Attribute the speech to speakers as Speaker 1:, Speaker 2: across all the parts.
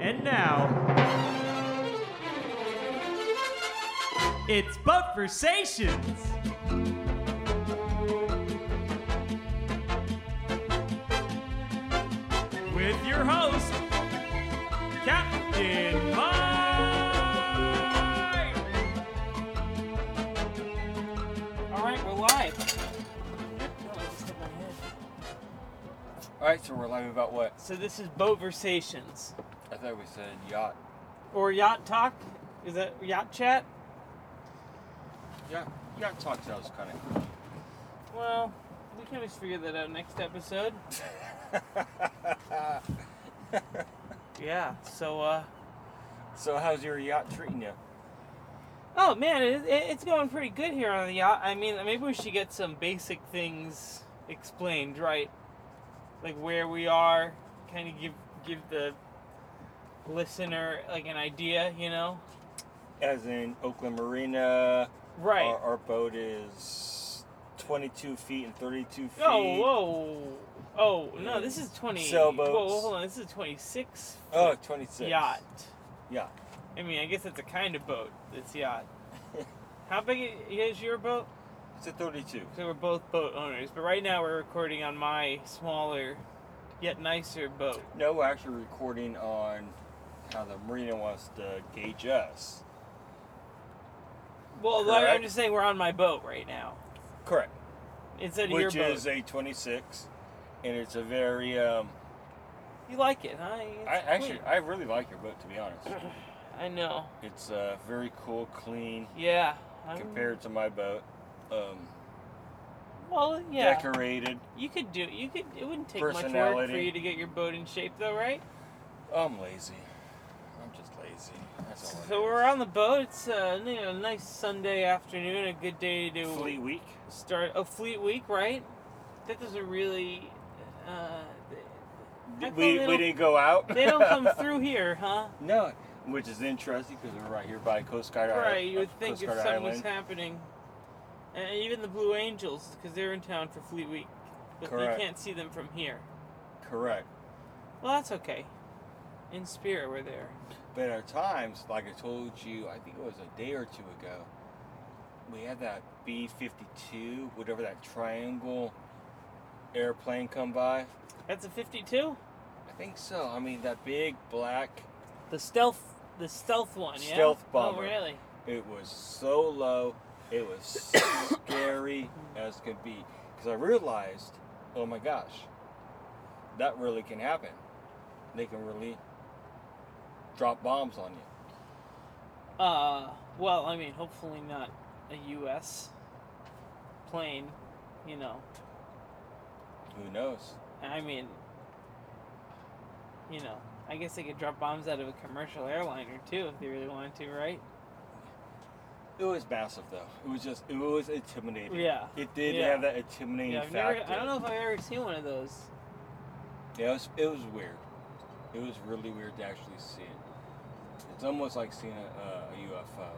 Speaker 1: And now, it's Buffersations. With your host, Captain Mike.
Speaker 2: All right, we're live.
Speaker 3: All right, so we're live about what?
Speaker 2: So this is Boversations
Speaker 3: I thought we said yacht.
Speaker 2: or yacht talk. Is that yacht chat?
Speaker 3: Yeah, yacht talk sounds kind of cool.
Speaker 2: Well, we can always figure that out next episode. yeah. So, uh,
Speaker 3: So how's your yacht treating you?
Speaker 2: oh man, it, it, it's going pretty good here on the yacht. I mean, maybe we should get some basic things explained, right? Like where we are, kind of give give the listener like an idea, you know?
Speaker 3: As in Oakland Marina,
Speaker 2: Right.
Speaker 3: our, our boat is 22 feet and 32 feet.
Speaker 2: Oh, whoa. Oh, no, this is 20.
Speaker 3: Sailboats.
Speaker 2: Whoa, hold on. This is 26
Speaker 3: Oh, 26.
Speaker 2: yacht.
Speaker 3: Yeah.
Speaker 2: I mean, I guess it's a kind of boat. It's yacht. How big i- is your boat?
Speaker 3: It's a 32.
Speaker 2: So we're both boat owners, but right now we're recording on my smaller, yet nicer boat.
Speaker 3: No, we're actually recording on how the marina wants to gauge us.
Speaker 2: Well, like, I'm
Speaker 3: Correct.
Speaker 2: just saying we're on my boat right now.
Speaker 3: Correct.
Speaker 2: Instead of your
Speaker 3: Which
Speaker 2: boat.
Speaker 3: is a 26, and it's a very. Um,
Speaker 2: you like it, huh? It's
Speaker 3: I actually,
Speaker 2: clean.
Speaker 3: I really like your boat to be honest.
Speaker 2: I know.
Speaker 3: It's uh, very cool, clean.
Speaker 2: Yeah. I'm-
Speaker 3: compared to my boat. Um,
Speaker 2: Well, yeah.
Speaker 3: Decorated.
Speaker 2: You could do You could. It wouldn't take much work for
Speaker 3: Personality.
Speaker 2: you to get your boat in shape, though, right?
Speaker 3: I'm lazy. I'm just lazy. That's all.
Speaker 2: So we're on the boat. It's uh, you know, a nice Sunday afternoon, a good day to
Speaker 3: Fleet Week.
Speaker 2: start. Oh, Fleet Week, right? That doesn't really. Uh,
Speaker 3: We,
Speaker 2: they,
Speaker 3: we,
Speaker 2: they, don't,
Speaker 3: didn't go out.
Speaker 2: they don't come through here, huh?
Speaker 3: no, which is interesting because we're right here by Coast Guard Island.
Speaker 2: Right. You would think
Speaker 3: Coast
Speaker 2: if
Speaker 3: Guard
Speaker 2: something was
Speaker 3: Island.
Speaker 2: happening, and even the Blue Angels, because they're in town for Fleet Week, but
Speaker 3: Correct.
Speaker 2: you can't see them from here.
Speaker 3: Correct.
Speaker 2: Well, that's okay. In spirit, we're there.
Speaker 3: But at times, like I told you, I think it was a day or two ago, we had that B 52, whatever that triangle airplane come by.
Speaker 2: That's a 52.
Speaker 3: I think so. I mean, that big black
Speaker 2: The stealth, the stealth one. Yeah.
Speaker 3: Stealth
Speaker 2: Oh,
Speaker 3: bomber.
Speaker 2: really?
Speaker 3: It was so low. It was scary as could be. Because I realized, oh my gosh, that really can happen. They can really drop bombs on you.
Speaker 2: Uh, well, I mean, hopefully not a U.S. plane, you know.
Speaker 3: Who knows?
Speaker 2: I mean, you know, I guess they could drop bombs out of a commercial airliner too if they really wanted to, right?
Speaker 3: It was massive though. It was just, it was intimidating.
Speaker 2: Yeah.
Speaker 3: It did
Speaker 2: Yeah.
Speaker 3: have that intimidating
Speaker 2: Yeah, I've never,
Speaker 3: factor.
Speaker 2: I don't know if I've ever seen one of those.
Speaker 3: Yeah, it was, it was weird. It was really weird to actually see it. It's almost like seeing a, a UFO.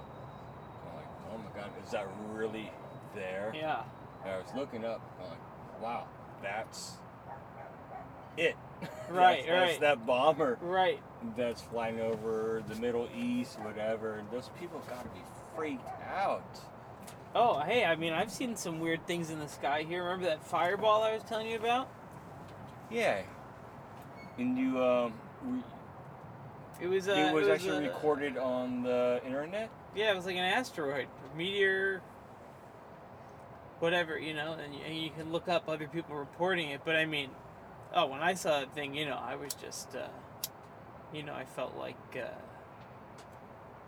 Speaker 3: I'm like, oh my god, is that really there?
Speaker 2: Yeah.
Speaker 3: And I was looking up, I'm like, wow, that's it.
Speaker 2: Right,
Speaker 3: that's, that's
Speaker 2: right.
Speaker 3: that bomber
Speaker 2: Right.
Speaker 3: that's flying over the Middle East, whatever. And those people gotta be freaked out.
Speaker 2: Oh, hey, I mean, I've seen some weird things in the sky here. Remember that fireball I was telling you about?
Speaker 3: Yeah. And you, um, re-
Speaker 2: It was. Uh,
Speaker 3: it was
Speaker 2: a-
Speaker 3: actually recorded on the internet.
Speaker 2: Yeah, it was like an asteroid, meteor, whatever, you know, and you, and you can look up other people reporting it. But I mean, oh, when I saw that thing, you know, I was just, uh, you know, I felt like, uh,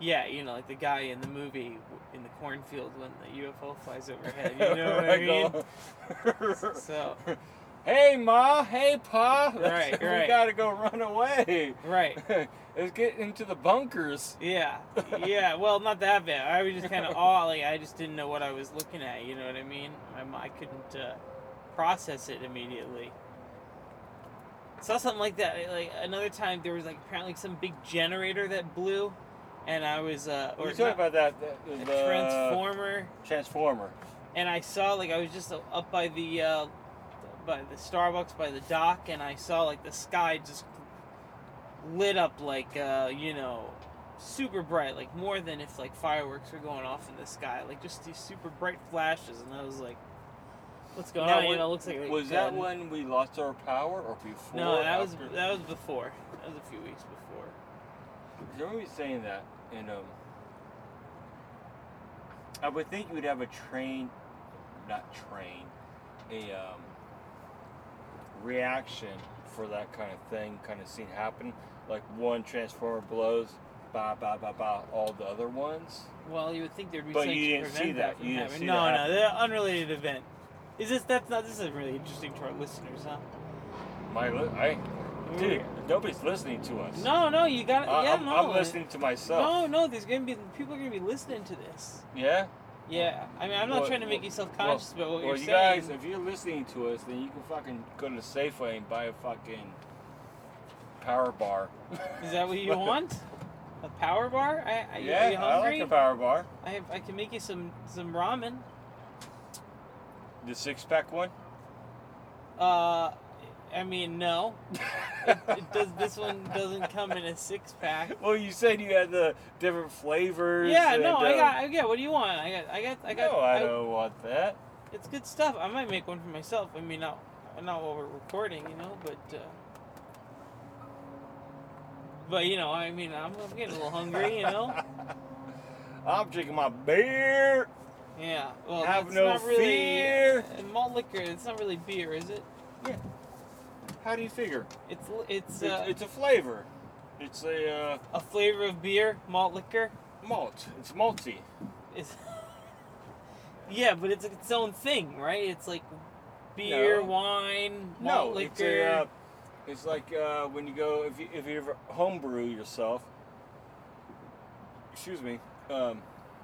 Speaker 2: yeah, you know, like the guy in the movie w- in the cornfield when the UFO flies overhead.
Speaker 3: Oh
Speaker 2: You know what I mean?
Speaker 3: mean?
Speaker 2: So,
Speaker 3: oh. hey, ma. Hey, pa.
Speaker 2: Right,
Speaker 3: we
Speaker 2: right.
Speaker 3: gotta go run away.
Speaker 2: right.
Speaker 3: Let's get into the bunkers.
Speaker 2: Yeah, yeah. Well, not that bad. I was just kind of awe. Like I just didn't know what I was looking at. You know what I mean? I, m- I couldn't uh, process it immediately. Saw something like that. eh, Like another time, there was like apparently some big generator that blew, and I was uh,
Speaker 3: We're
Speaker 2: or
Speaker 3: talking
Speaker 2: not-
Speaker 3: about that, that
Speaker 2: a
Speaker 3: the
Speaker 2: transformer,
Speaker 3: transformer.
Speaker 2: and I saw like I was just uh, up by the uh, by the Starbucks by the dock, and I saw like the sky just lit up like uh, you know, super bright, like more than if like fireworks were going off in the sky, like just these super bright flashes, and I was like, "What's going
Speaker 3: Now,
Speaker 2: on?"
Speaker 3: wa-
Speaker 2: you know, it Oh, looks like a
Speaker 3: was that
Speaker 2: gun.
Speaker 3: when we lost our power or before?
Speaker 2: No, that was
Speaker 3: after?
Speaker 2: that was before. That was a few weeks before.
Speaker 3: I remember you saying that, and um, I would think you would have a train, not train, a um, reaction for that kind of thing, kind of scene happen. Like one transformer blows, ba ba ba ba, all the other ones.
Speaker 2: Well, you would think there'd be
Speaker 3: But
Speaker 2: something
Speaker 3: you
Speaker 2: to
Speaker 3: didn't
Speaker 2: prevent
Speaker 3: see that.
Speaker 2: from
Speaker 3: You didn't
Speaker 2: happening.
Speaker 3: see
Speaker 2: no,
Speaker 3: that
Speaker 2: no, they're unrelated event. Is this that's not this is really interesting to our listeners, huh?
Speaker 3: My, li- I, dude, nobody's listening to us.
Speaker 2: No, no, you got
Speaker 3: I,
Speaker 2: yeah,
Speaker 3: Uh, I'm,
Speaker 2: no.
Speaker 3: I'm listening to
Speaker 2: No,
Speaker 3: myself.
Speaker 2: no, there's gonna be people are gonna be listening to this.
Speaker 3: Yeah.
Speaker 2: Yeah, I mean, I'm not
Speaker 3: Well,
Speaker 2: trying to make
Speaker 3: well,
Speaker 2: you self-conscious about what
Speaker 3: well,
Speaker 2: you're
Speaker 3: you
Speaker 2: saying.
Speaker 3: guys, if you're listening to us, then you can fucking go to Safeway and buy a fucking power bar.
Speaker 2: is that what you want? A power bar? I, I,
Speaker 3: yeah,
Speaker 2: are you
Speaker 3: I
Speaker 2: hungry?
Speaker 3: like a power bar.
Speaker 2: I, have, I can make you some some ramen.
Speaker 3: The six pack one.
Speaker 2: Uh, I mean, no. It, it does. This one doesn't come in a six pack.
Speaker 3: well, you said you had the different flavors.
Speaker 2: Yeah,
Speaker 3: and,
Speaker 2: no, I
Speaker 3: uh,
Speaker 2: got, I got. What do you want? I got, I got, I got.
Speaker 3: no, I don't want that.
Speaker 2: It's good stuff. I might make one for myself. I mean, not, not while we're recording, you know, but. Uh, but you know, I mean, I'm, I'm getting a little hungry, you know.
Speaker 3: I'm drinking my beer.
Speaker 2: Yeah. Well,
Speaker 3: Have
Speaker 2: it's
Speaker 3: no
Speaker 2: not really
Speaker 3: fear.
Speaker 2: uh, malt liquor. It's not really beer, is it?
Speaker 3: How do you figure?
Speaker 2: It's l- it's,
Speaker 3: It's,
Speaker 2: uh,
Speaker 3: it's a flavor. It's a uh,
Speaker 2: a flavor of beer, malt liquor.
Speaker 3: malt. It's malty.
Speaker 2: Is. yeah, but it's its own thing, right? It's like beer,
Speaker 3: No.
Speaker 2: wine, malt
Speaker 3: No,
Speaker 2: liquor.
Speaker 3: it's a, uh, it's like uh, when you go if you if you ever homebrew yourself. Excuse me. Um,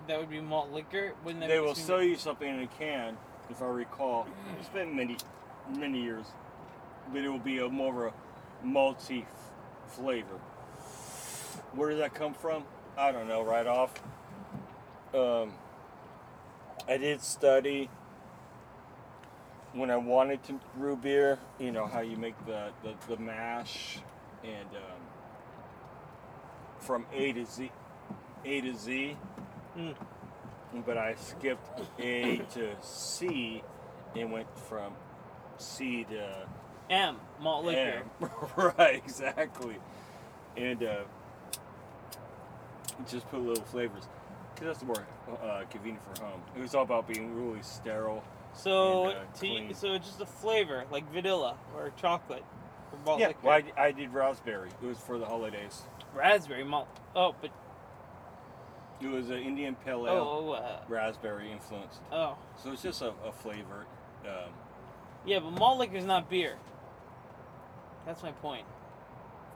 Speaker 2: that would be malt liquor. Wouldn't that
Speaker 3: they
Speaker 2: be
Speaker 3: will
Speaker 2: sweet-
Speaker 3: sell you something in a can, if I recall. It's been many many years, but it will be a more of a malty f- flavor. Where did that come from? I don't know right off. Um, I did study when I wanted to brew beer, you know, how you make the, the, the mash and um, from A to Z. A to Z.
Speaker 2: Mm.
Speaker 3: But I skipped A to C and went from C to
Speaker 2: M malt liquor.
Speaker 3: M. right, exactly. And uh, just put little flavors. Because that's more uh, convenient for home. It was all about being really sterile.
Speaker 2: So
Speaker 3: And, uh,
Speaker 2: to you-
Speaker 3: clean.
Speaker 2: so it's just a flavor like vanilla or chocolate or malt
Speaker 3: yeah,
Speaker 2: liquor.
Speaker 3: well, I, I did raspberry. It was for the holidays.
Speaker 2: Raspberry malt. Oh, but
Speaker 3: It was an Indian pale ale,
Speaker 2: oh, uh,
Speaker 3: raspberry influenced.
Speaker 2: oh,
Speaker 3: So it's just a, a flavor. Um,
Speaker 2: yeah. But malt liquor is not beer. That's my point.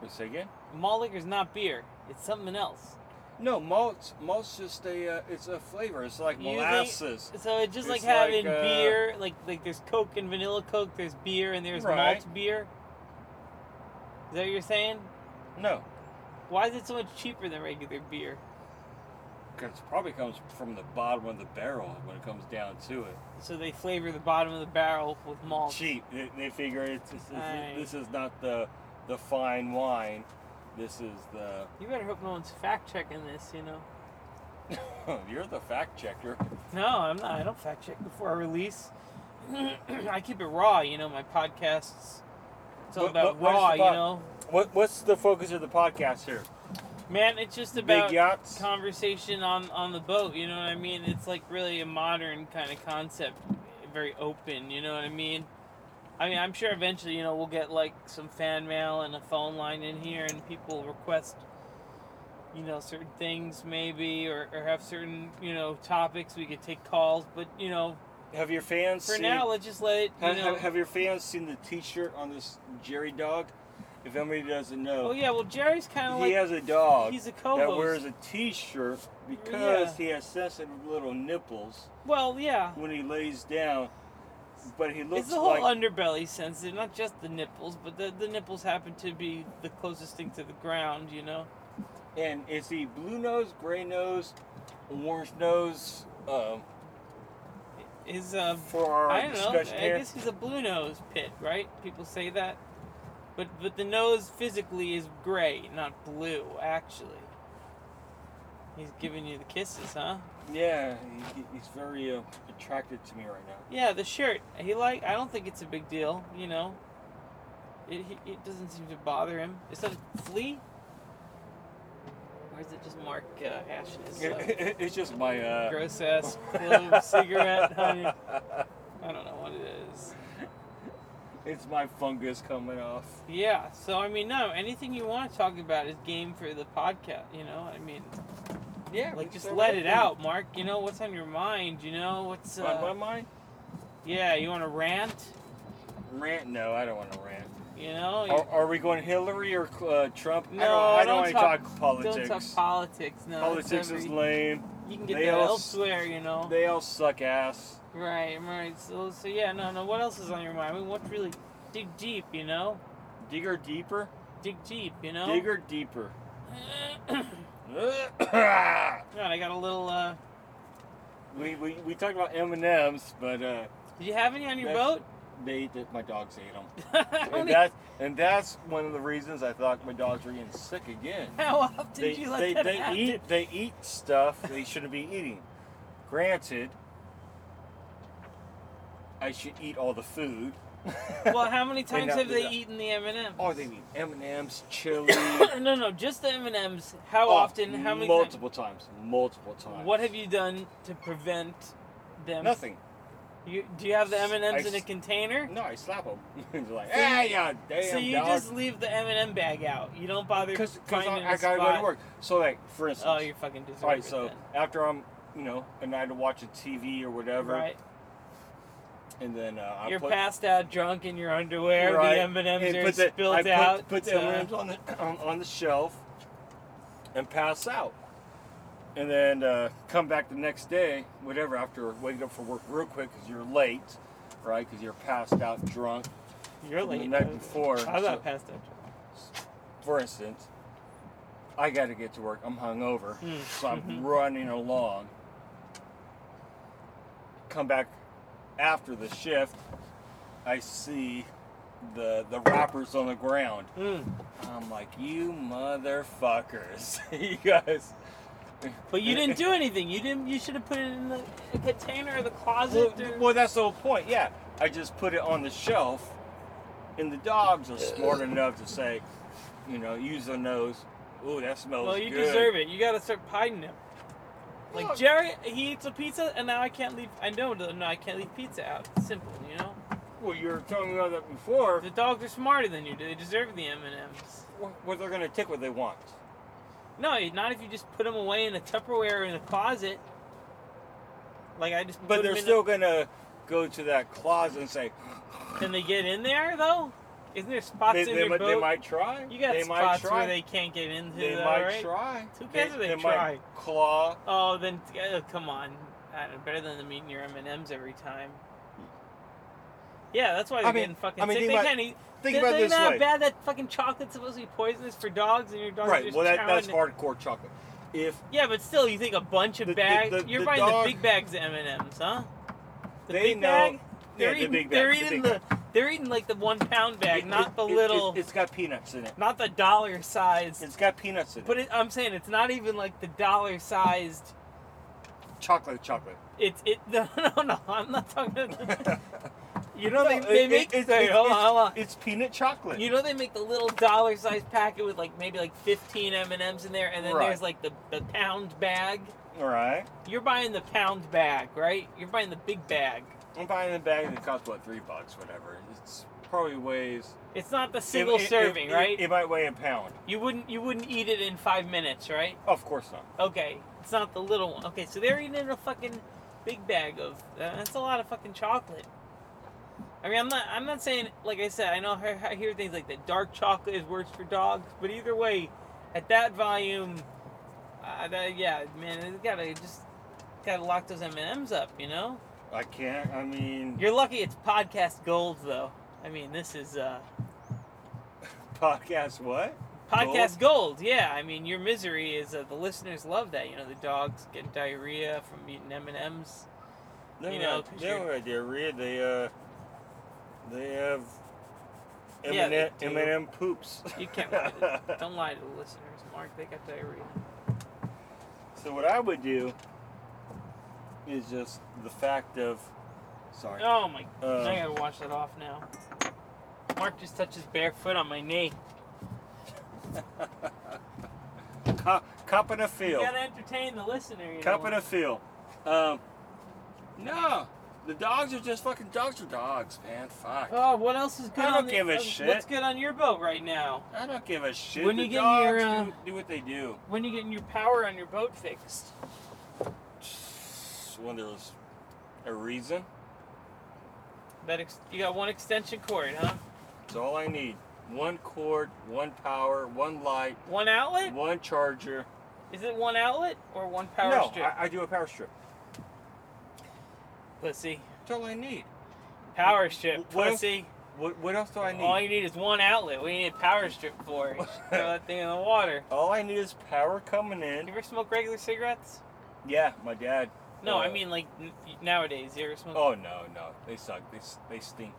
Speaker 3: wait, say again?
Speaker 2: Malt liquor is not beer. It's something else.
Speaker 3: No, malts. Malts just a. Uh, it's a flavor. It's like
Speaker 2: You think-
Speaker 3: molasses.
Speaker 2: So it's just like
Speaker 3: It's like,
Speaker 2: having
Speaker 3: uh,
Speaker 2: beer. Like like there's Coke and vanilla Coke. There's beer and there's
Speaker 3: Right.
Speaker 2: malt beer. Is that what you're saying?
Speaker 3: No,
Speaker 2: Why is it so much cheaper than regular beer?
Speaker 3: because it probably comes from the bottom of the barrel when it comes down to it.
Speaker 2: So they flavor the bottom of the barrel with malt.
Speaker 3: Cheap. They, they figure it's, it's, it's-
Speaker 2: Aye.
Speaker 3: this is not the the fine wine. This is the.
Speaker 2: You better hope no one's fact checking this, you know.
Speaker 3: You're the fact checker.
Speaker 2: No, I'm not. I don't fact check before I release. I keep it raw, you know. My podcasts, it's all
Speaker 3: What-
Speaker 2: about
Speaker 3: what-
Speaker 2: raw,
Speaker 3: what is
Speaker 2: you
Speaker 3: the
Speaker 2: know.
Speaker 3: What What's the focus of the podcast here?
Speaker 2: Man, it's just
Speaker 3: Big
Speaker 2: about
Speaker 3: yachts.
Speaker 2: conversation on on the boat. You know what I mean? It's like really a modern kind of concept, very open. You know what I mean? I mean, I'm sure eventually, you know, we'll get like some fan mail and a phone line in here, and people request, you know, certain things maybe, or, or have certain, you know, topics. We could take calls, but you know,
Speaker 3: have your fans
Speaker 2: for
Speaker 3: seen,
Speaker 2: now, let's just let it. You
Speaker 3: have,
Speaker 2: know,
Speaker 3: have, have your fans seen the T-shirt on this Jerry dog? If anybody doesn't know,
Speaker 2: oh yeah, well Jerry's kind of
Speaker 3: he
Speaker 2: like
Speaker 3: has a dog.
Speaker 2: he's a
Speaker 3: that wears
Speaker 2: co-host.
Speaker 3: a t-shirt because
Speaker 2: Yeah.
Speaker 3: he has sensitive little nipples
Speaker 2: well, yeah.
Speaker 3: when he lays down but he looks
Speaker 2: it's the whole
Speaker 3: like
Speaker 2: underbelly sensitive, not just the nipples, but the, the nipples happen to be the closest thing to the ground, you know?
Speaker 3: and is he blue nose gray nose orange nose um,
Speaker 2: His, uh,
Speaker 3: for our
Speaker 2: I don't know, Um,
Speaker 3: discussion
Speaker 2: uh, I
Speaker 3: here
Speaker 2: guess he's a blue nose pit, right? People say that. But but the nose physically is gray, not blue. Actually, he's giving you the kisses, huh?
Speaker 3: Yeah, he, he's very uh, attracted to me right now.
Speaker 2: Yeah, the shirt. He like. I don't think it's a big deal. You know, it he, it doesn't seem to bother him. Is that a flea? Or is it just Mark uh, Ashness? uh,
Speaker 3: it's just my uh,
Speaker 2: gross ass clove cigarette. honey? I don't know what it is.
Speaker 3: It's my fungus coming off.
Speaker 2: Yeah, so I mean, no, anything you want to talk about is game for the podcast. You know, I mean,
Speaker 3: Yeah,
Speaker 2: like just let it out, Mark. You know what's on your mind. You know what's.
Speaker 3: On my
Speaker 2: Uh,
Speaker 3: mind,
Speaker 2: yeah, you want to rant.
Speaker 3: rant? No, I don't want to rant.
Speaker 2: You know.
Speaker 3: Are, are we going Hillary or uh, Trump?
Speaker 2: No,
Speaker 3: I don't,
Speaker 2: don't
Speaker 3: want to
Speaker 2: talk-
Speaker 3: talk
Speaker 2: Don't
Speaker 3: politics.
Speaker 2: talk politics. No, that's
Speaker 3: politics is
Speaker 2: every-
Speaker 3: lame.
Speaker 2: You can get
Speaker 3: They
Speaker 2: that
Speaker 3: all s-
Speaker 2: elsewhere, you know.
Speaker 3: They all suck ass.
Speaker 2: right, right. So, so yeah, no, no. What else is on your mind? We want to really dig deep, you know.
Speaker 3: Digger deeper.
Speaker 2: Dig deep, you know.
Speaker 3: Digger deeper.
Speaker 2: God, I got a little. uh
Speaker 3: we, we we talked about M and M's, but uh,
Speaker 2: Did you have any on your
Speaker 3: That's-
Speaker 2: boat?
Speaker 3: they ate it. My dogs ate them,
Speaker 2: How
Speaker 3: and
Speaker 2: many-
Speaker 3: that and that's one of the reasons I thought my dogs were getting sick again.
Speaker 2: How often
Speaker 3: they,
Speaker 2: do you let
Speaker 3: they,
Speaker 2: that
Speaker 3: they
Speaker 2: happen?
Speaker 3: eat they eat stuff they shouldn't be eating. Granted, I should eat all the food.
Speaker 2: Well, how many times
Speaker 3: not
Speaker 2: have
Speaker 3: do
Speaker 2: they
Speaker 3: that.
Speaker 2: eaten the M and M's?
Speaker 3: oh, they eat M and M's, chili.
Speaker 2: no, no, just the M and M's. How
Speaker 3: Oh,
Speaker 2: often? How many?
Speaker 3: Multiple times. Multiple times.
Speaker 2: Times? What have you done to prevent them?
Speaker 3: Nothing.
Speaker 2: You, do you have the M and
Speaker 3: I
Speaker 2: M's in a
Speaker 3: s-
Speaker 2: container?
Speaker 3: No, I slap them. it's like,
Speaker 2: So you-
Speaker 3: ah, yeah, damn
Speaker 2: so you
Speaker 3: dog.
Speaker 2: just leave the M and m bag out. You don't bother
Speaker 3: because
Speaker 2: finding a
Speaker 3: I, I
Speaker 2: spot.
Speaker 3: gotta go to work. So like, for instance,
Speaker 2: Oh, you're fucking deserved.
Speaker 3: all right. So
Speaker 2: then.
Speaker 3: after I'm, you know, a night of watching TV or whatever,
Speaker 2: right,
Speaker 3: and then uh, I
Speaker 2: you're
Speaker 3: put
Speaker 2: passed out drunk in your underwear.
Speaker 3: right,
Speaker 2: The M and M's
Speaker 3: and
Speaker 2: are
Speaker 3: put the,
Speaker 2: spilled
Speaker 3: I put,
Speaker 2: out. Uh,
Speaker 3: Put the
Speaker 2: so-
Speaker 3: M&Ms on the on, on the shelf, and pass out, and then uh, come back the next day, whatever. After waking up for work real quick because you're late, right? Because you're passed out, drunk.
Speaker 2: You're
Speaker 3: from
Speaker 2: late.
Speaker 3: the night before.
Speaker 2: I
Speaker 3: so-
Speaker 2: got passed out. drunk.
Speaker 3: for instance, I got to get to work. I'm hungover,
Speaker 2: Mm,
Speaker 3: so I'm running along. Come back after the shift, I see the the wrappers on the ground.
Speaker 2: Mm.
Speaker 3: I'm like, you motherfuckers, you guys.
Speaker 2: But you didn't do anything. You didn't. You should have put it in the a container or the
Speaker 3: Well,
Speaker 2: closet. or-
Speaker 3: well, that's the whole point. Yeah, I just put it on the shelf, and the dogs are smart enough to say, you know, use their nose. Ooh, that smells
Speaker 2: Well, you
Speaker 3: good.
Speaker 2: deserve it. You gotta start hiding him. Like
Speaker 3: Look.
Speaker 2: Jerry, he eats a pizza, and now I can't leave. I know, that- no, I can't leave pizza out. It's simple, you know.
Speaker 3: Well, you were telling me about that before.
Speaker 2: The dogs are smarter than you. do. They deserve the M and M's.
Speaker 3: Well, they're gonna take what they want.
Speaker 2: No, not if you just put them away in a Tupperware or in a closet. Like I just.
Speaker 3: But
Speaker 2: put 'em
Speaker 3: they're
Speaker 2: in
Speaker 3: still gonna go to that closet and say
Speaker 2: A, can they get in there though? Isn't there spots
Speaker 3: they,
Speaker 2: in
Speaker 3: they
Speaker 2: your
Speaker 3: might,
Speaker 2: boat?
Speaker 3: they might try.
Speaker 2: you got
Speaker 3: they might
Speaker 2: spots
Speaker 3: try.
Speaker 2: where they can't get into.
Speaker 3: They
Speaker 2: though,
Speaker 3: might
Speaker 2: right?
Speaker 3: try.
Speaker 2: Who cares if they try?
Speaker 3: might claw.
Speaker 2: Oh, then oh, come on. I don't know, better than the meeting your M and M's every time. Yeah, that's why
Speaker 3: I
Speaker 2: they're
Speaker 3: mean-
Speaker 2: getting fucking
Speaker 3: I mean,
Speaker 2: sick.
Speaker 3: think
Speaker 2: They
Speaker 3: about-
Speaker 2: can't eat.
Speaker 3: Think
Speaker 2: they,
Speaker 3: about
Speaker 2: they
Speaker 3: it this
Speaker 2: know how
Speaker 3: way.
Speaker 2: bad that fucking chocolate's supposed to be poisonous for dogs, and your dogs are
Speaker 3: Right.
Speaker 2: just
Speaker 3: Well, that,
Speaker 2: chowing
Speaker 3: that's
Speaker 2: it.
Speaker 3: hardcore chocolate. If
Speaker 2: Yeah, but still, you think a bunch of
Speaker 3: The- the-
Speaker 2: bags?
Speaker 3: the-
Speaker 2: you're
Speaker 3: the
Speaker 2: buying
Speaker 3: dog-
Speaker 2: the big bags of M and M's, huh? The
Speaker 3: They
Speaker 2: big
Speaker 3: know-
Speaker 2: bag. They're
Speaker 3: yeah, the
Speaker 2: eating.
Speaker 3: big bag,
Speaker 2: they're
Speaker 3: the
Speaker 2: eating
Speaker 3: big
Speaker 2: the. They're eating like the one pound bag,
Speaker 3: it-
Speaker 2: not
Speaker 3: it-
Speaker 2: the
Speaker 3: it- it-
Speaker 2: little,
Speaker 3: it's got peanuts in it.
Speaker 2: not the dollar size.
Speaker 3: It's got peanuts in it.
Speaker 2: But it, I'm saying it's not even like the dollar sized
Speaker 3: chocolate, chocolate.
Speaker 2: It's it no no no I'm not talking. About, you know
Speaker 3: No,
Speaker 2: they,
Speaker 3: it-
Speaker 2: they
Speaker 3: it-
Speaker 2: make
Speaker 3: it's-
Speaker 2: sorry,
Speaker 3: it's-
Speaker 2: hold on,
Speaker 3: it's-
Speaker 2: hold
Speaker 3: It's peanut chocolate.
Speaker 2: on. You know they make the little dollar sized packet with like maybe like 15 M and M's in there, and then
Speaker 3: Right.
Speaker 2: there's like the the pound bag.
Speaker 3: All right.
Speaker 2: You're buying the pound bag, right? You're buying the big bag.
Speaker 3: I'm buying a bag that costs what three bucks, whatever. It's probably weighs
Speaker 2: It's not the single
Speaker 3: it- it-
Speaker 2: serving,
Speaker 3: it-
Speaker 2: right?
Speaker 3: It, might weigh a pound.
Speaker 2: you wouldn't you wouldn't eat it in five minutes, right?
Speaker 3: Of course not.
Speaker 2: Okay, it's not the little one. Okay, so they're eating in a fucking big bag of. Uh, that's a lot of fucking chocolate. I mean, I'm not. I'm not saying like I said. I know I I hear things like that. Dark chocolate is worse for dogs, but either way, at that volume, uh, that, yeah, man, it's gotta just gotta lock those M and M's up. You know,
Speaker 3: I can't. I mean,
Speaker 2: you're lucky it's podcast gold though. I mean, this is uh,
Speaker 3: podcast what?
Speaker 2: podcast gold. Yeah, I mean, your misery is uh, the listeners love that. You know, the dogs get diarrhea from eating M and M's.
Speaker 3: They
Speaker 2: You
Speaker 3: you
Speaker 2: know,
Speaker 3: know,
Speaker 2: 'cause
Speaker 3: they
Speaker 2: you're-
Speaker 3: don't have diarrhea. They uh, they have
Speaker 2: Yeah,
Speaker 3: Eminem,
Speaker 2: they do.
Speaker 3: Eminem poops.
Speaker 2: You can't lie to, don't lie to the listeners, Mark. They got diarrhea.
Speaker 3: So what I would do is just the fact of, sorry.
Speaker 2: Oh my!
Speaker 3: Uh,
Speaker 2: I gotta wash that off now. Mark just touched his bare foot on my knee.
Speaker 3: Cop, cop in a
Speaker 2: You
Speaker 3: field.
Speaker 2: gotta entertain the listener. You
Speaker 3: Cop
Speaker 2: know?
Speaker 3: in a field. Um, no, the dogs are just fucking dogs are dogs, man. Fuck.
Speaker 2: Oh, what else is good?
Speaker 3: I don't
Speaker 2: on the-
Speaker 3: give a
Speaker 2: uh, What's
Speaker 3: shit.
Speaker 2: good on your boat right now?
Speaker 3: I don't give a shit.
Speaker 2: When
Speaker 3: the
Speaker 2: you get
Speaker 3: dogs
Speaker 2: your, uh,
Speaker 3: do, do what they do.
Speaker 2: When you getting your power on your boat fixed?
Speaker 3: When there was a reason,
Speaker 2: That ex- you got one extension cord, huh?
Speaker 3: it's all I need. One cord, one power, one light,
Speaker 2: One outlet?
Speaker 3: one charger.
Speaker 2: Is it one outlet or one power
Speaker 3: no,
Speaker 2: strip?
Speaker 3: I, I do a power strip.
Speaker 2: Pussy.
Speaker 3: That's all I need.
Speaker 2: Power strip.
Speaker 3: What else-
Speaker 2: Pussy.
Speaker 3: What, what else do I need?
Speaker 2: All you need is one outlet. We need a power strip for it. You should Throw that thing in the water.
Speaker 3: All I need is power coming
Speaker 2: You
Speaker 3: in.
Speaker 2: ever smoke regular cigarettes?
Speaker 3: Yeah, my dad.
Speaker 2: No, I
Speaker 3: Uh,
Speaker 2: mean like n- nowadays. You ever smoke?
Speaker 3: Oh no, no, they suck. They s- they stink.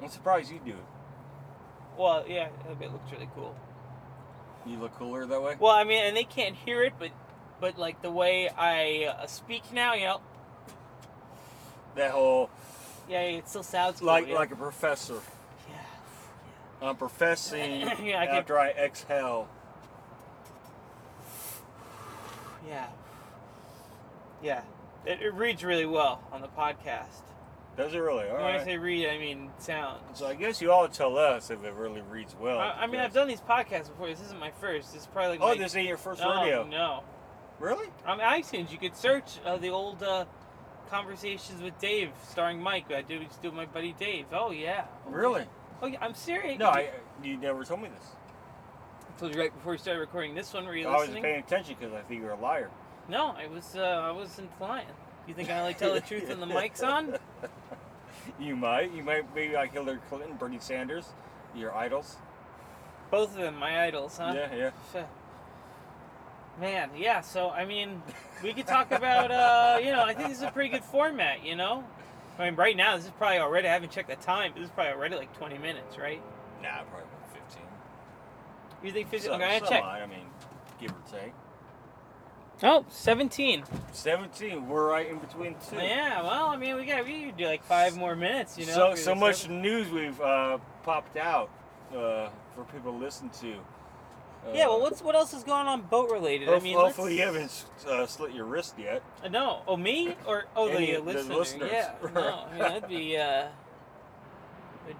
Speaker 3: I'm surprised you do.
Speaker 2: Well, yeah, it looks really cool.
Speaker 3: You look cooler that way.
Speaker 2: Well, I mean, and they can't hear it, but but like the way I uh, speak now, you know,
Speaker 3: That whole
Speaker 2: yeah, it still sounds cool,
Speaker 3: like
Speaker 2: yeah.
Speaker 3: like a professor.
Speaker 2: yeah.
Speaker 3: I'm professing
Speaker 2: Yeah, I can-
Speaker 3: after I exhale.
Speaker 2: yeah, yeah. It, it reads really well on the podcast.
Speaker 3: Does it really? All
Speaker 2: when I
Speaker 3: right.
Speaker 2: say read, I mean sound.
Speaker 3: so I guess you all tell us if it really reads well.
Speaker 2: I, I mean, I've done these podcasts before. This isn't my first. This is probably like
Speaker 3: Oh,
Speaker 2: my-
Speaker 3: this ain't your first
Speaker 2: no,
Speaker 3: rodeo.
Speaker 2: No,
Speaker 3: Really?
Speaker 2: on iTunes you could search uh, the old uh, conversations with Dave, starring Mike. I do do my buddy Dave. Oh yeah.
Speaker 3: Really?
Speaker 2: Oh yeah. I'm serious.
Speaker 3: No, I, you never told me this.
Speaker 2: I told you right before we started recording this one. Were you
Speaker 3: I was
Speaker 2: listening?
Speaker 3: paying attention because I think you're a liar.
Speaker 2: No, I was. Uh, I wasn't lying. You think I only tell the truth when the mic's on?
Speaker 3: You might. You might be like Hillary Clinton, Bernie Sanders, your idols.
Speaker 2: Both of them, my idols, huh?
Speaker 3: Yeah, yeah.
Speaker 2: Pho. Man, yeah. So I mean, we could talk about. Uh, you know, I think this is a pretty good format. You know, I mean, right now this is probably already. I haven't checked the time. But this is probably already like 20 minutes, right?
Speaker 3: Nah, probably about 15.
Speaker 2: You think? 50,
Speaker 3: So-
Speaker 2: okay, I
Speaker 3: some
Speaker 2: check.
Speaker 3: odd, I mean, give or take.
Speaker 2: Oh, 17.
Speaker 3: 17, we're right in between two.
Speaker 2: Yeah. Well, I mean, we got we could do like five more minutes. You know.
Speaker 3: so
Speaker 2: for
Speaker 3: so
Speaker 2: this
Speaker 3: much
Speaker 2: episode.
Speaker 3: news we've uh, popped out uh, for people to listen to. Uh,
Speaker 2: Yeah. Well, what's what else is going on boat related?
Speaker 3: hof-
Speaker 2: I mean, let's-
Speaker 3: hopefully you haven't uh, slit your wrist yet.
Speaker 2: Uh, No. Oh, me or oh
Speaker 3: Any
Speaker 2: the, uh
Speaker 3: of the
Speaker 2: listener?
Speaker 3: listeners.
Speaker 2: Yeah. No, I mean, that'd be uh, a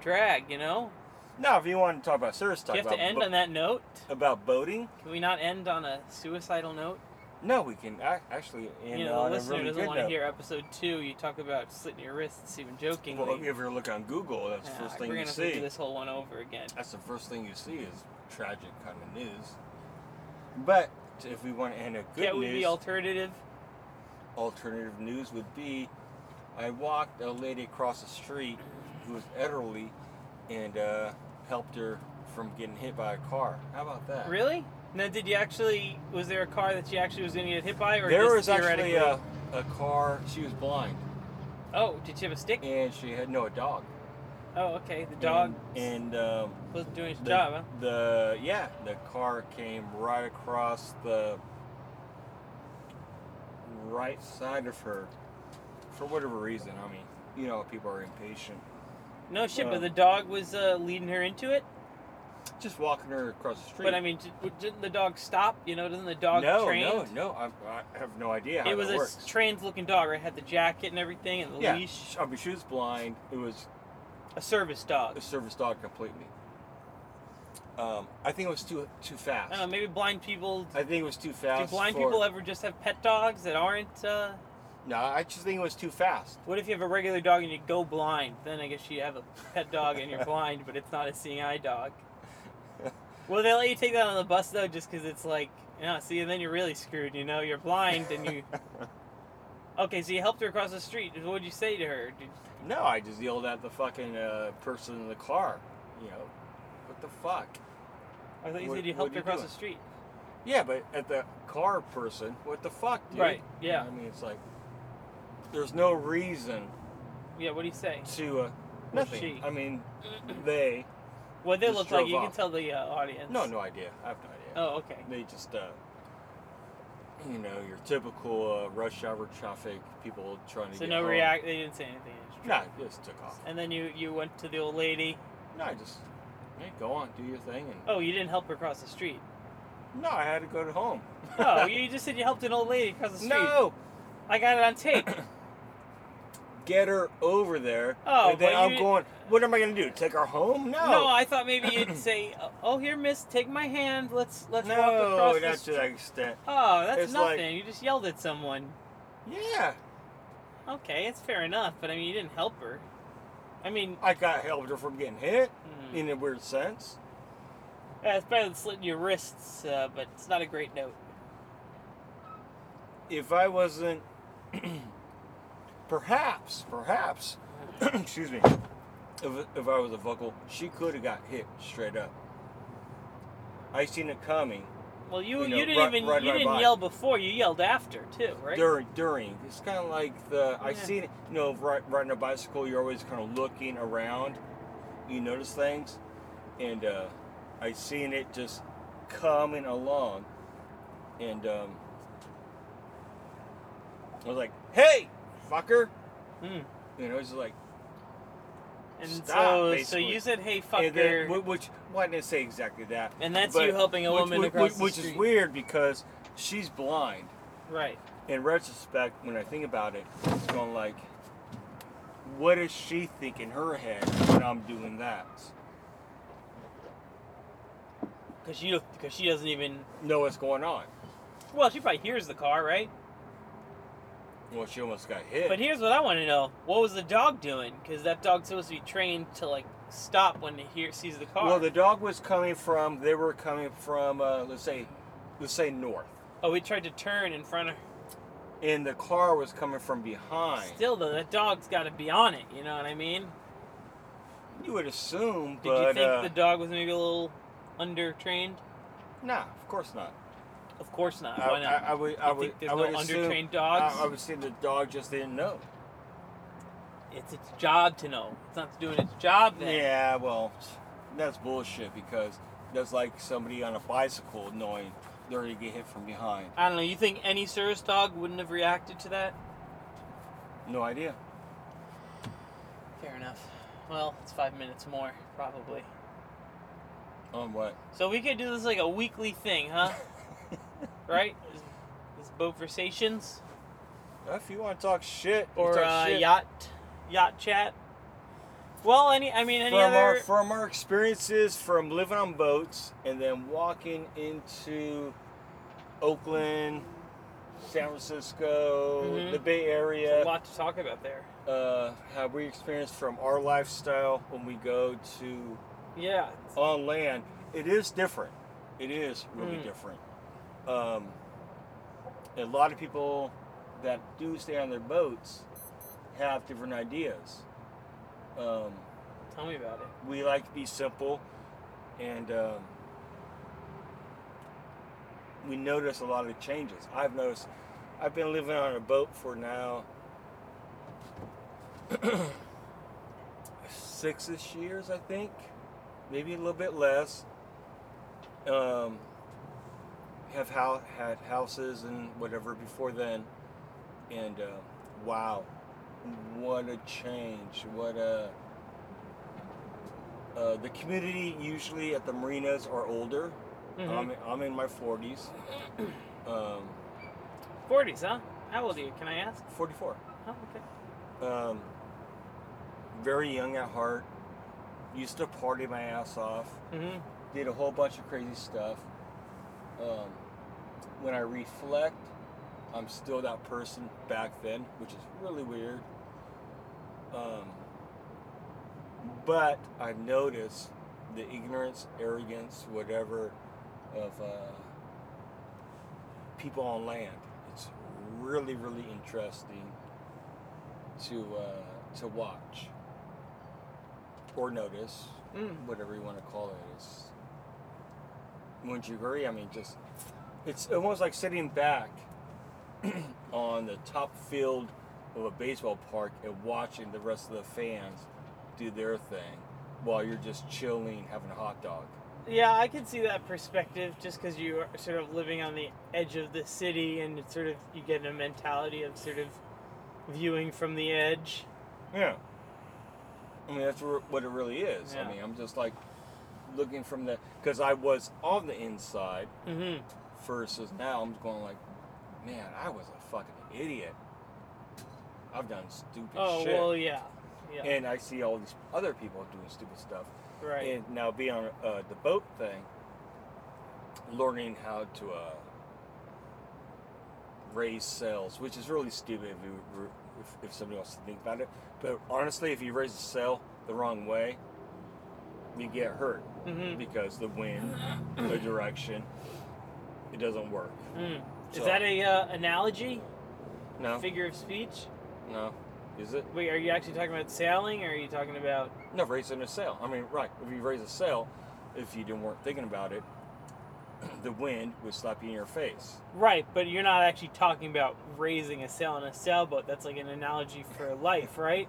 Speaker 2: drag, you know.
Speaker 3: Now, if you want to talk about serious
Speaker 2: Do
Speaker 3: talk
Speaker 2: you have
Speaker 3: about
Speaker 2: to end
Speaker 3: bo-
Speaker 2: on that note?
Speaker 3: about boating,
Speaker 2: Can we not end on a suicidal note?
Speaker 3: no, we can ac- actually end
Speaker 2: you know,
Speaker 3: on
Speaker 2: the
Speaker 3: a
Speaker 2: listener
Speaker 3: really
Speaker 2: doesn't
Speaker 3: good
Speaker 2: want to
Speaker 3: note.
Speaker 2: hear episode two. You talk about slitting your wrists, even jokingly.
Speaker 3: Well, if you ever look on Google, that's
Speaker 2: Nah,
Speaker 3: the first
Speaker 2: we're
Speaker 3: thing you
Speaker 2: gonna have to do
Speaker 3: see.
Speaker 2: this whole one over again.
Speaker 3: That's the first thing you see is tragic kind of news. But if we want to end a good
Speaker 2: Can't we
Speaker 3: news,
Speaker 2: be alternative?
Speaker 3: alternative news would be I walked a lady across the street who was elderly and uh, helped her from getting hit by a car. How about that?
Speaker 2: Really? Now, did you actually? Was there a car that you actually was going to get hit by, or
Speaker 3: There
Speaker 2: just
Speaker 3: was actually
Speaker 2: theoretically?
Speaker 3: a, a car, she was blind,
Speaker 2: Oh, did you have a stick?
Speaker 3: and she had no a dog.
Speaker 2: Oh, okay. The dog
Speaker 3: And, and um,
Speaker 2: was doing its
Speaker 3: the,
Speaker 2: job, huh?
Speaker 3: the, yeah, the car came right across the right side of her for whatever reason. I mean, you know, people are impatient.
Speaker 2: No shit,
Speaker 3: Uh,
Speaker 2: but the dog was uh, leading her into it.
Speaker 3: Just walking her across the street.
Speaker 2: But I mean, d- w- didn't the dog stop? You know, doesn't the dog
Speaker 3: no,
Speaker 2: train?
Speaker 3: No, no, I, I have no idea how
Speaker 2: It was
Speaker 3: that
Speaker 2: a
Speaker 3: works.
Speaker 2: trained-looking dog. Right, had the jacket and everything, and the
Speaker 3: yeah,
Speaker 2: leash.
Speaker 3: I mean, she was blind. It was
Speaker 2: A service
Speaker 3: a
Speaker 2: dog.
Speaker 3: service dog completely. Um, I think it was too too fast.
Speaker 2: I don't know, maybe blind people.
Speaker 3: I think it was too
Speaker 2: Oh, Do
Speaker 3: fast.
Speaker 2: blind
Speaker 3: for-
Speaker 2: people ever just have pet dogs that aren't? Uh,
Speaker 3: No, I just think it was too fast.
Speaker 2: what if you have a regular dog and you go blind? Then I guess you have a pet dog and you're blind, but it's not a seeing eye dog. Well, they let you take that on the bus though, just because it's like, you know, see, then you're really screwed. You know, you're blind and you. Okay, so you helped her across the street. What would you say to her? Did,
Speaker 3: No, I just yelled at the fucking uh, person in the car. You know, what the fuck?
Speaker 2: I thought you
Speaker 3: What-
Speaker 2: said you
Speaker 3: what
Speaker 2: helped
Speaker 3: do
Speaker 2: her
Speaker 3: you
Speaker 2: across
Speaker 3: do?
Speaker 2: the street.
Speaker 3: Yeah, but at the car person, what the fuck, dude?
Speaker 2: Right, yeah.
Speaker 3: I mean, it's like there's no reason
Speaker 2: Yeah, what do you say?
Speaker 3: to uh,
Speaker 2: Well,
Speaker 3: Nothing.
Speaker 2: she-
Speaker 3: I mean, they.
Speaker 2: What they
Speaker 3: Just
Speaker 2: look like,
Speaker 3: drove
Speaker 2: you can
Speaker 3: off.
Speaker 2: tell the uh, audience.
Speaker 3: No, no idea. I have no idea.
Speaker 2: Oh, okay.
Speaker 3: They just, uh, you know, your typical uh, rush hour traffic, people trying to
Speaker 2: So
Speaker 3: get
Speaker 2: no
Speaker 3: home.
Speaker 2: react. They didn't say anything. they just
Speaker 3: Nah,
Speaker 2: drove.
Speaker 3: just took off.
Speaker 2: And then you you went to the old lady.
Speaker 3: No, I just, hey, go on, do your thing. And
Speaker 2: Oh, you didn't help her across the street.
Speaker 3: No, I had to go to home.
Speaker 2: Oh, you just said you helped an old lady across the street.
Speaker 3: No!
Speaker 2: I got it on tape.
Speaker 3: Get her over there.
Speaker 2: Oh,
Speaker 3: and then
Speaker 2: but
Speaker 3: I'm
Speaker 2: you-
Speaker 3: going, what am I going to do? Take her home? No.
Speaker 2: No, I thought maybe you'd say, "Oh, here, miss, take my hand. Let's let's walk
Speaker 3: no,
Speaker 2: across the
Speaker 3: not to
Speaker 2: street."
Speaker 3: that extent.
Speaker 2: Oh, that's
Speaker 3: It's like-
Speaker 2: nothing. you just yelled at someone.
Speaker 3: Yeah,
Speaker 2: Okay, it's fair enough, but I mean, you didn't help her. I mean,
Speaker 3: I got helped her from getting hit
Speaker 2: hmm,
Speaker 3: in a weird sense.
Speaker 2: yeah, it's better than slitting your wrists, uh, but it's not a great note.
Speaker 3: If I wasn't, perhaps, perhaps, excuse me, if, if I was a vocal, she could have got hit straight up. I seen it coming
Speaker 2: Well, you
Speaker 3: You know,
Speaker 2: you didn't
Speaker 3: right-
Speaker 2: even
Speaker 3: right
Speaker 2: you
Speaker 3: by
Speaker 2: didn't
Speaker 3: by.
Speaker 2: yell before. You yelled after too, right?
Speaker 3: during during. It's kind of like the I
Speaker 2: Yeah.
Speaker 3: seen it. You know, ri- riding a bicycle, you're always kind of looking around. You notice things, and uh, I seen it just coming along, and um, I was like, "Hey, fucker!"
Speaker 2: Hmm.
Speaker 3: You know, it's just like,
Speaker 2: And
Speaker 3: Stop,
Speaker 2: so
Speaker 3: basically.
Speaker 2: so you said, "Hey,
Speaker 3: and then,
Speaker 2: fucker,"
Speaker 3: whi- which why didn't I say exactly that?
Speaker 2: and that's
Speaker 3: but-
Speaker 2: you helping a
Speaker 3: which-
Speaker 2: woman
Speaker 3: which,
Speaker 2: across
Speaker 3: which,
Speaker 2: the
Speaker 3: which
Speaker 2: street.
Speaker 3: is weird because she's blind.
Speaker 2: Right.
Speaker 3: in retrospect, when I think about it, it's going like, what does she think in her head when I'm doing that?
Speaker 2: Because you because she doesn't even.
Speaker 3: Know what's going on?
Speaker 2: Well, she probably hears the car, right?
Speaker 3: Well, she almost got hit.
Speaker 2: But here's what I want to know: What was the dog doing? Because that dog's supposed to be trained to like stop when it hear, sees the car.
Speaker 3: well, the dog was coming from. They were coming from. Uh, let's say, let's say north,
Speaker 2: oh, we tried to turn in front of.
Speaker 3: and the car was coming from behind.
Speaker 2: Still though, that dog's got to be on it. You know what I mean?
Speaker 3: you would assume,
Speaker 2: Did
Speaker 3: but
Speaker 2: you think
Speaker 3: uh,
Speaker 2: the dog was maybe a little under trained?
Speaker 3: nah, of course not.
Speaker 2: Of course not.
Speaker 3: I,
Speaker 2: Why not?
Speaker 3: I, I would. I
Speaker 2: You
Speaker 3: would.
Speaker 2: think there's
Speaker 3: I would
Speaker 2: no
Speaker 3: assume,
Speaker 2: undertrained dogs?
Speaker 3: I, I would say the dog just didn't know.
Speaker 2: It's its job to know. It's not doing its job then.
Speaker 3: Yeah, well, that's bullshit because that's like somebody on a bicycle knowing they're gonna get hit from behind.
Speaker 2: I don't know. You think any service dog wouldn't have reacted to that?
Speaker 3: No idea.
Speaker 2: Fair enough. Well, it's five minutes more probably.
Speaker 3: On what?
Speaker 2: So we could do this like a weekly thing, huh? right? This, this boatversations
Speaker 3: If you want to talk shit we'll
Speaker 2: or
Speaker 3: talk
Speaker 2: uh,
Speaker 3: shit.
Speaker 2: yacht yacht chat. Well, any I mean any
Speaker 3: from our
Speaker 2: other
Speaker 3: from our experiences from living on boats and then walking into Oakland, San Francisco,
Speaker 2: Mhm.
Speaker 3: the Bay
Speaker 2: There's
Speaker 3: Area,
Speaker 2: a lot to talk about there.
Speaker 3: uh, how we experience from our lifestyle when we go to
Speaker 2: Yeah.
Speaker 3: on land, it is different. It is really
Speaker 2: Mm.
Speaker 3: different. Um, a lot of people that do stay on their boats have different ideas. Um,
Speaker 2: Tell me about it.
Speaker 3: we like to be simple, and um, we notice a lot of changes. I've noticed. I've been living on a boat for now six-ish years, I think, maybe a little bit less. Um, have how had houses and whatever before then, and uh, wow, what a change! What a uh, the community usually at the marinas are older.
Speaker 2: Mm-hmm. Um,
Speaker 3: I'm, I'm in my 40s. Um,
Speaker 2: Forties, huh? How old are you? Can I ask?
Speaker 3: 44.
Speaker 2: Oh, okay.
Speaker 3: Um, very young at heart. Used to party my ass off.
Speaker 2: Mm-hmm.
Speaker 3: Did a whole bunch of crazy stuff. Um, when I reflect, I'm still that person back then, which is really weird. Um, but I notice the ignorance, arrogance, whatever, of uh, people on land. It's really, really interesting to uh, to watch or notice,
Speaker 2: Mm.
Speaker 3: whatever you want to call it. It's, wouldn't you agree? I mean, just it's almost like sitting back on the top field of a baseball park and watching the rest of the fans do their thing while you're just chilling, having a hot dog.
Speaker 2: Yeah, I can see that perspective just because you are sort of living on the edge of the city and it's sort of you get a mentality of sort of viewing from the edge.
Speaker 3: Yeah. I mean, that's re- what it really is.
Speaker 2: Yeah.
Speaker 3: I mean, I'm just like looking from the because I was on the inside
Speaker 2: Mm-hmm.
Speaker 3: versus now I'm going like, man, I was a fucking idiot. I've done stupid
Speaker 2: Oh,
Speaker 3: shit,
Speaker 2: well, yeah. Yeah.
Speaker 3: and I see all these other people doing stupid stuff.
Speaker 2: right.
Speaker 3: And now be on uh, the boat thing, learning how to uh, raise sails, which is really stupid if, you, if, if somebody wants to think about it. But honestly, if you raise a sail the wrong way, you get hurt
Speaker 2: mm-hmm.
Speaker 3: because the wind, the direction, it doesn't work.
Speaker 2: mm. Is
Speaker 3: so-
Speaker 2: that a uh, analogy?
Speaker 3: No,
Speaker 2: Figure of speech?
Speaker 3: no, is it?
Speaker 2: Wait, are you actually talking about sailing or are you talking about.
Speaker 3: No, raising a sail. I mean, right. If you raise a sail, if you didn't weren't thinking about it, the wind would slap you in your face.
Speaker 2: Right, but you're not actually talking about raising a sail on a sailboat. That's like an analogy for life, right?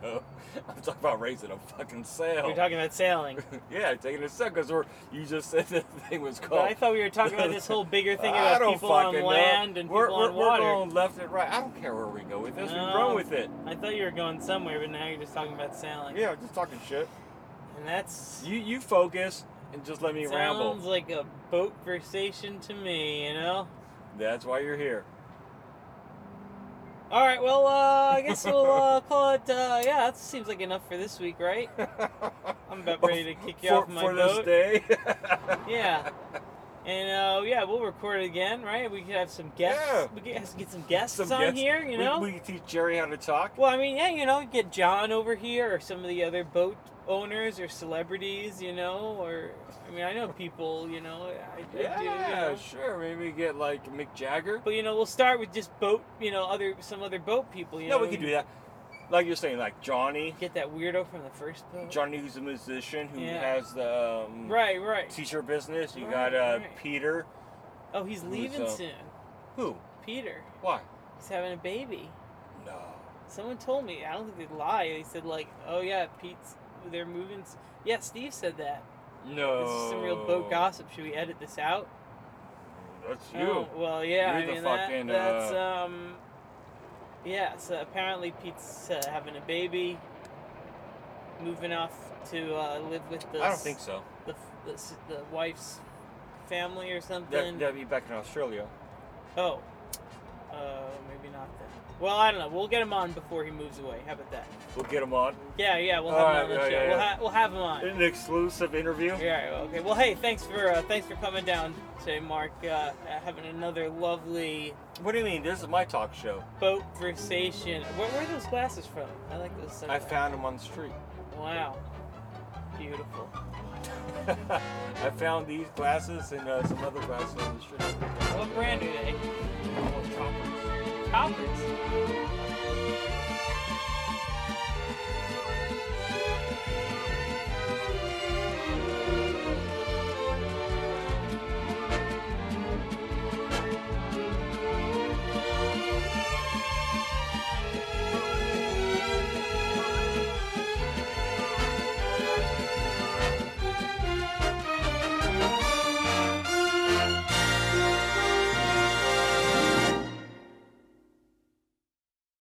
Speaker 3: No, I'm talking about raising a fucking sail.
Speaker 2: You're talking about sailing.
Speaker 3: yeah, taking a sail because we're. You just said the thing was
Speaker 2: But
Speaker 3: called.
Speaker 2: I thought we were talking about this whole bigger thing
Speaker 3: Oh. I
Speaker 2: about
Speaker 3: don't
Speaker 2: people on
Speaker 3: fucking know.
Speaker 2: land and
Speaker 3: we're,
Speaker 2: people
Speaker 3: we're,
Speaker 2: on water.
Speaker 3: We're going left and right. I don't care where we go with this.
Speaker 2: No.
Speaker 3: We run with it.
Speaker 2: I thought you were going somewhere, but now you're just talking about sailing.
Speaker 3: Yeah, just talking shit.
Speaker 2: And that's
Speaker 3: You you focus and just let me
Speaker 2: sounds
Speaker 3: ramble.
Speaker 2: like a boat versation to me, you know?
Speaker 3: That's why you're here.
Speaker 2: All right, well, uh, I guess we'll uh, call it. Uh, yeah, that seems like enough for this week, right? I'm about ready to kick you
Speaker 3: Oh, for,
Speaker 2: off my
Speaker 3: for
Speaker 2: boat.
Speaker 3: this day.
Speaker 2: Yeah. And uh, yeah, we'll record it again, right? We could have some guests.
Speaker 3: Yeah.
Speaker 2: We could have to get some guests
Speaker 3: Some
Speaker 2: on
Speaker 3: guests.
Speaker 2: here, you
Speaker 3: We-
Speaker 2: know?
Speaker 3: We, can teach Jerry how to talk.
Speaker 2: Well, I mean, yeah, you know, get John over here or some of the other boat owners or celebrities, you know, or I mean, I know people, you know, I, I do. You
Speaker 3: yeah,
Speaker 2: know.
Speaker 3: sure. Maybe we get like Mick Jagger.
Speaker 2: But you know, we'll start with just boat, you know, other some other boat people. You
Speaker 3: No,
Speaker 2: know,
Speaker 3: we could do that. Like you're saying, like Johnny.
Speaker 2: Get that weirdo from the first boat.
Speaker 3: Johnny, who's a musician, who
Speaker 2: Yeah.
Speaker 3: has the um,
Speaker 2: Right, right.
Speaker 3: teacher business. You
Speaker 2: Right,
Speaker 3: got uh,
Speaker 2: right.
Speaker 3: Peter.
Speaker 2: Oh, he's leaving
Speaker 3: uh,
Speaker 2: soon.
Speaker 3: Who?
Speaker 2: Peter,
Speaker 3: Why?
Speaker 2: he's having a baby.
Speaker 3: No.
Speaker 2: Someone told me. I don't think they lie. They said like, oh yeah, Pete's. They're moving. s- Yeah, Steve said that.
Speaker 3: No.
Speaker 2: This is some real
Speaker 3: Oh.
Speaker 2: boat gossip. Should we edit this out?
Speaker 3: That's you.
Speaker 2: Oh, well, yeah.
Speaker 3: You're
Speaker 2: I
Speaker 3: the
Speaker 2: mean,
Speaker 3: fucking, uh,
Speaker 2: that, that's um. Yeah. So apparently, Pete's uh, having a baby. Moving off to uh, live with the
Speaker 3: I don't
Speaker 2: s-
Speaker 3: think so.
Speaker 2: the, f- the s- the wife's family or something.
Speaker 3: That, that'd be back in Australia.
Speaker 2: Oh. Uh, maybe not then. Well, I don't know. We'll get him on before he moves away. How about that?
Speaker 3: We'll get him on.
Speaker 2: Yeah, yeah. We'll have
Speaker 3: All
Speaker 2: him on
Speaker 3: right,
Speaker 2: the
Speaker 3: yeah,
Speaker 2: show.
Speaker 3: yeah,
Speaker 2: We'll,
Speaker 3: yeah.
Speaker 2: ha- we'll have him on.
Speaker 3: An exclusive interview.
Speaker 2: Yeah, okay. Well, hey, thanks for uh, thanks for coming down today, Mark. Uh, uh, having another lovely
Speaker 3: What do you mean? This is my talk show.
Speaker 2: boat versation. Where, where are those glasses from? I like those. So
Speaker 3: I
Speaker 2: much.
Speaker 3: found him on the street.
Speaker 2: Wow. Beautiful.
Speaker 3: I found these glasses and uh, some other glasses on the street.
Speaker 2: What brand are they?
Speaker 3: Oh, choppers.
Speaker 2: Toppers.